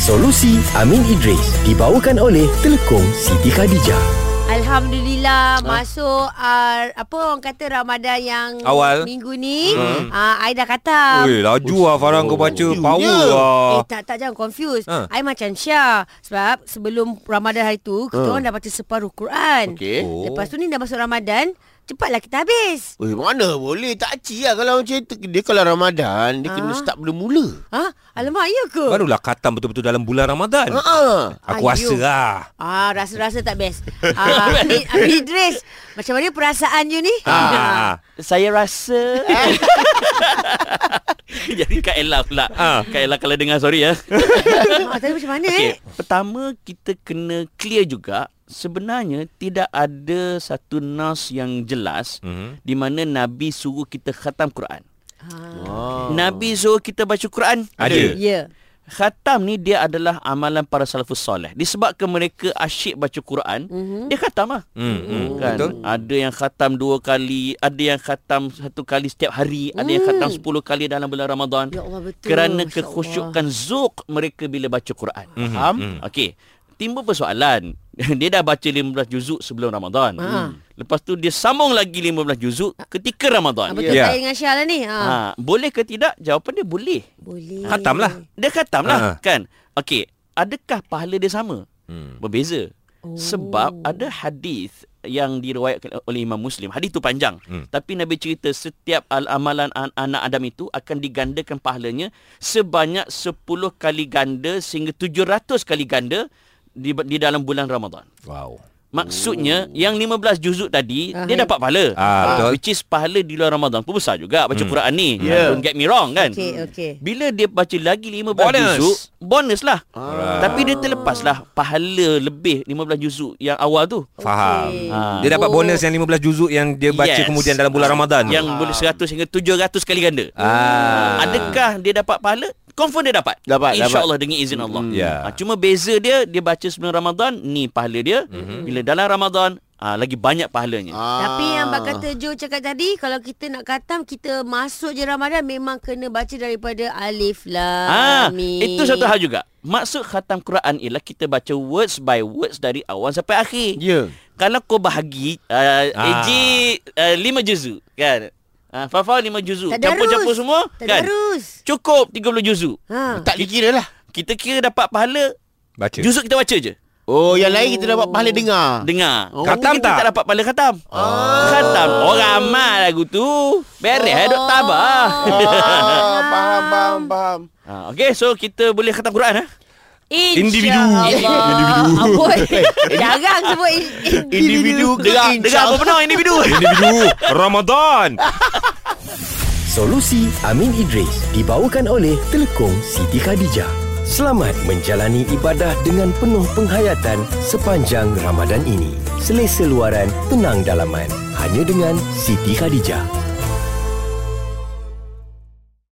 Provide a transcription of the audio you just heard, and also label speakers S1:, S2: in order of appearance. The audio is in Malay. S1: Solusi Amin Idris dibawakan oleh Telekom Siti Khadijah.
S2: Ha?
S3: Alhamdulillah masuk uh, apa orang kata Ramadan yang
S2: Awal.
S3: minggu ni hmm. uh, I dah kata
S2: Ui, laju lah Farang kau baca Power
S4: Ya.
S2: lah
S3: Eh tak tak jangan confuse.
S2: Ha.
S3: I macam Syah sebab sebelum Ramadan hari tu kita
S2: Hmm.
S3: orang dah baca separuh Quran.
S4: Okey.
S2: Oh.
S3: Lepas tu ni dah masuk Ramadan, cepatlah kita habis.
S4: Eh, mana boleh tak ci lah kalau macam tu. Dia kalau Ramadan, dia kena
S3: Ah.
S4: start mula-mula.
S3: Ha? Alamak ya ke?
S2: Barulah khatam betul-betul dalam bulan Ramadan
S4: Ha ah.
S2: Aku rasa
S3: Ayuh.
S2: lah
S3: Ah, rasa-rasa tak best. Ah, Amin- Amin Idris, macam mana perasaan you ni?
S2: Ah.
S5: Saya rasa
S6: Jadi Kak Ella pula
S2: Ah.
S6: ha. Kak Ella kalau dengar sorry ya
S3: Ah, tapi macam mana eh?
S6: okay. Pertama kita kena clear juga Sebenarnya tidak ada satu nas yang jelas
S2: Mhm.
S6: Di mana Nabi suruh kita khatam Quran
S2: Oh.
S3: Ah,
S6: Nabi suruh kita baca Quran
S3: ya.
S2: Ada
S3: Yeah.
S6: Khatam ni dia adalah amalan para salafus soleh Disebabkan mereka asyik baca Quran
S3: Mhm.
S6: Dia khatam lah
S2: Hmm, hmm,
S6: kan?
S2: Betul
S6: Ada yang khatam dua kali Ada yang khatam satu kali setiap hari Ada yang khatam sepuluh kali dalam bulan Ramadan
S3: Hmm. Ya Allah betul.
S6: kerana
S3: Masya
S6: kekhusyukan zuq mereka bila baca Quran. Mm-hmm. Faham?
S2: mhm.
S6: Mm-hmm. Okey. Timbul persoalan. dia dah baca 15 juzuk sebelum Ramadan. Hmm.
S3: Ha.
S6: Lepas tu dia sambung lagi 15 juzuk ketika
S3: Allah. Ah,
S6: Ramadan.
S3: betul
S2: Ya. Ah.
S3: yeah. saya dengan Syah lah ni. Ha.
S6: Ha, boleh ke tidak? Jawapan dia boleh.
S3: Boleh.
S2: Khatam lah
S6: Dia khatam
S2: Ha.
S6: lah kan. Okey, adakah pahala dia sama?
S2: Hmm.
S6: Berbeza.
S3: Oh.
S6: Sebab ada hadis yang diriwayatkan oleh Imam Muslim. Hadis tu panjang.
S2: Hmm.
S6: Tapi Nabi cerita setiap al- amalan an- anak Adam itu akan digandakan pahalanya sebanyak 10 kali ganda sehingga 700 kali ganda di, di dalam bulan Ramadan.
S2: Wow
S6: Maksudnya oh. yang 15 juzuk tadi
S3: Ah,
S6: dia
S3: hai.
S6: dapat pahala.
S2: Ah, betul.
S6: Which is pahala di luar Ramadan pun besar juga baca
S2: Hmm.
S6: Quran ni.
S4: Yeah.
S6: Don't get me wrong kan.
S3: Okey, okey.
S6: Bila dia baca lagi 15
S2: Bonus.
S6: juzuk, bonus lah.
S2: Alright.
S6: Tapi dia terlepaslah pahala lebih 15 juzuk yang awal tu.
S2: Faham
S3: Okey.
S6: Ha.
S2: Dia dapat
S3: Oh.
S2: bonus yang 15 juzuk Yang dia baca
S6: Yes.
S2: kemudian dalam
S6: Ah,
S2: bulan Ramadan tu.
S6: Yang boleh 100 hingga 700 kali ganda.
S2: Ah.
S6: Adakah dia dapat pahala? Confirm dia dapat.
S4: Dapat,
S6: InsyaAllah dengan izin Allah.
S2: Hmm. Ya.
S6: Ah, Cuma beza dia, dia baca sebelum Ramadan, ni pahala dia.
S2: Mhm.
S6: Bila dalam Ramadan, ah, lagi banyak pahalanya.
S4: Ah.
S3: Tapi yang Abang kata Joe cakap tadi Kalau kita nak khatam Kita masuk je Ramadan Memang kena baca daripada Alif
S6: Ah,
S3: Lam Mim
S6: itu satu hal juga. Maksud khatam Quran ialah kita baca words by words dari awal sampai akhir.
S4: Ya.
S6: Kalau kau bahagi uh,
S2: Ah.
S6: AJ uh, lima juzuk kan. Uh, Fafa lima juzuk.
S3: Tadarus.
S6: Campur-campur semua kan.
S3: Tadarus
S6: Cukup 30 juzuk.
S3: ha.
S4: Tak dikira lah.
S6: Kita kira dapat pahala
S2: Baca
S6: Juzuk kita baca je
S4: Oh, yang lain kita dapat pahala dengar.
S6: Dengar
S4: Oh.
S2: Khatam
S6: kita
S2: tak?
S6: tak dapat pahala khatam oh. Khatam Orang amat lagu tu Beres oh. Dok tabah
S3: Oh.
S4: Ah, faham, faham, faham.
S6: ha, Okay so kita boleh khatam Quran eh?
S2: Individu.
S3: Individu Amboi Jarang sebut in-
S4: Individu ke
S6: Dengar, dengar apa
S4: insya
S6: benar individu
S2: Individu Ramadan
S1: Solusi Amin Idris dibawakan oleh Telekom Siti Khadijah. Selamat menjalani ibadah dengan penuh penghayatan sepanjang Ramadan ini. Selesa luaran, tenang dalaman. Hanya dengan Siti Khadijah.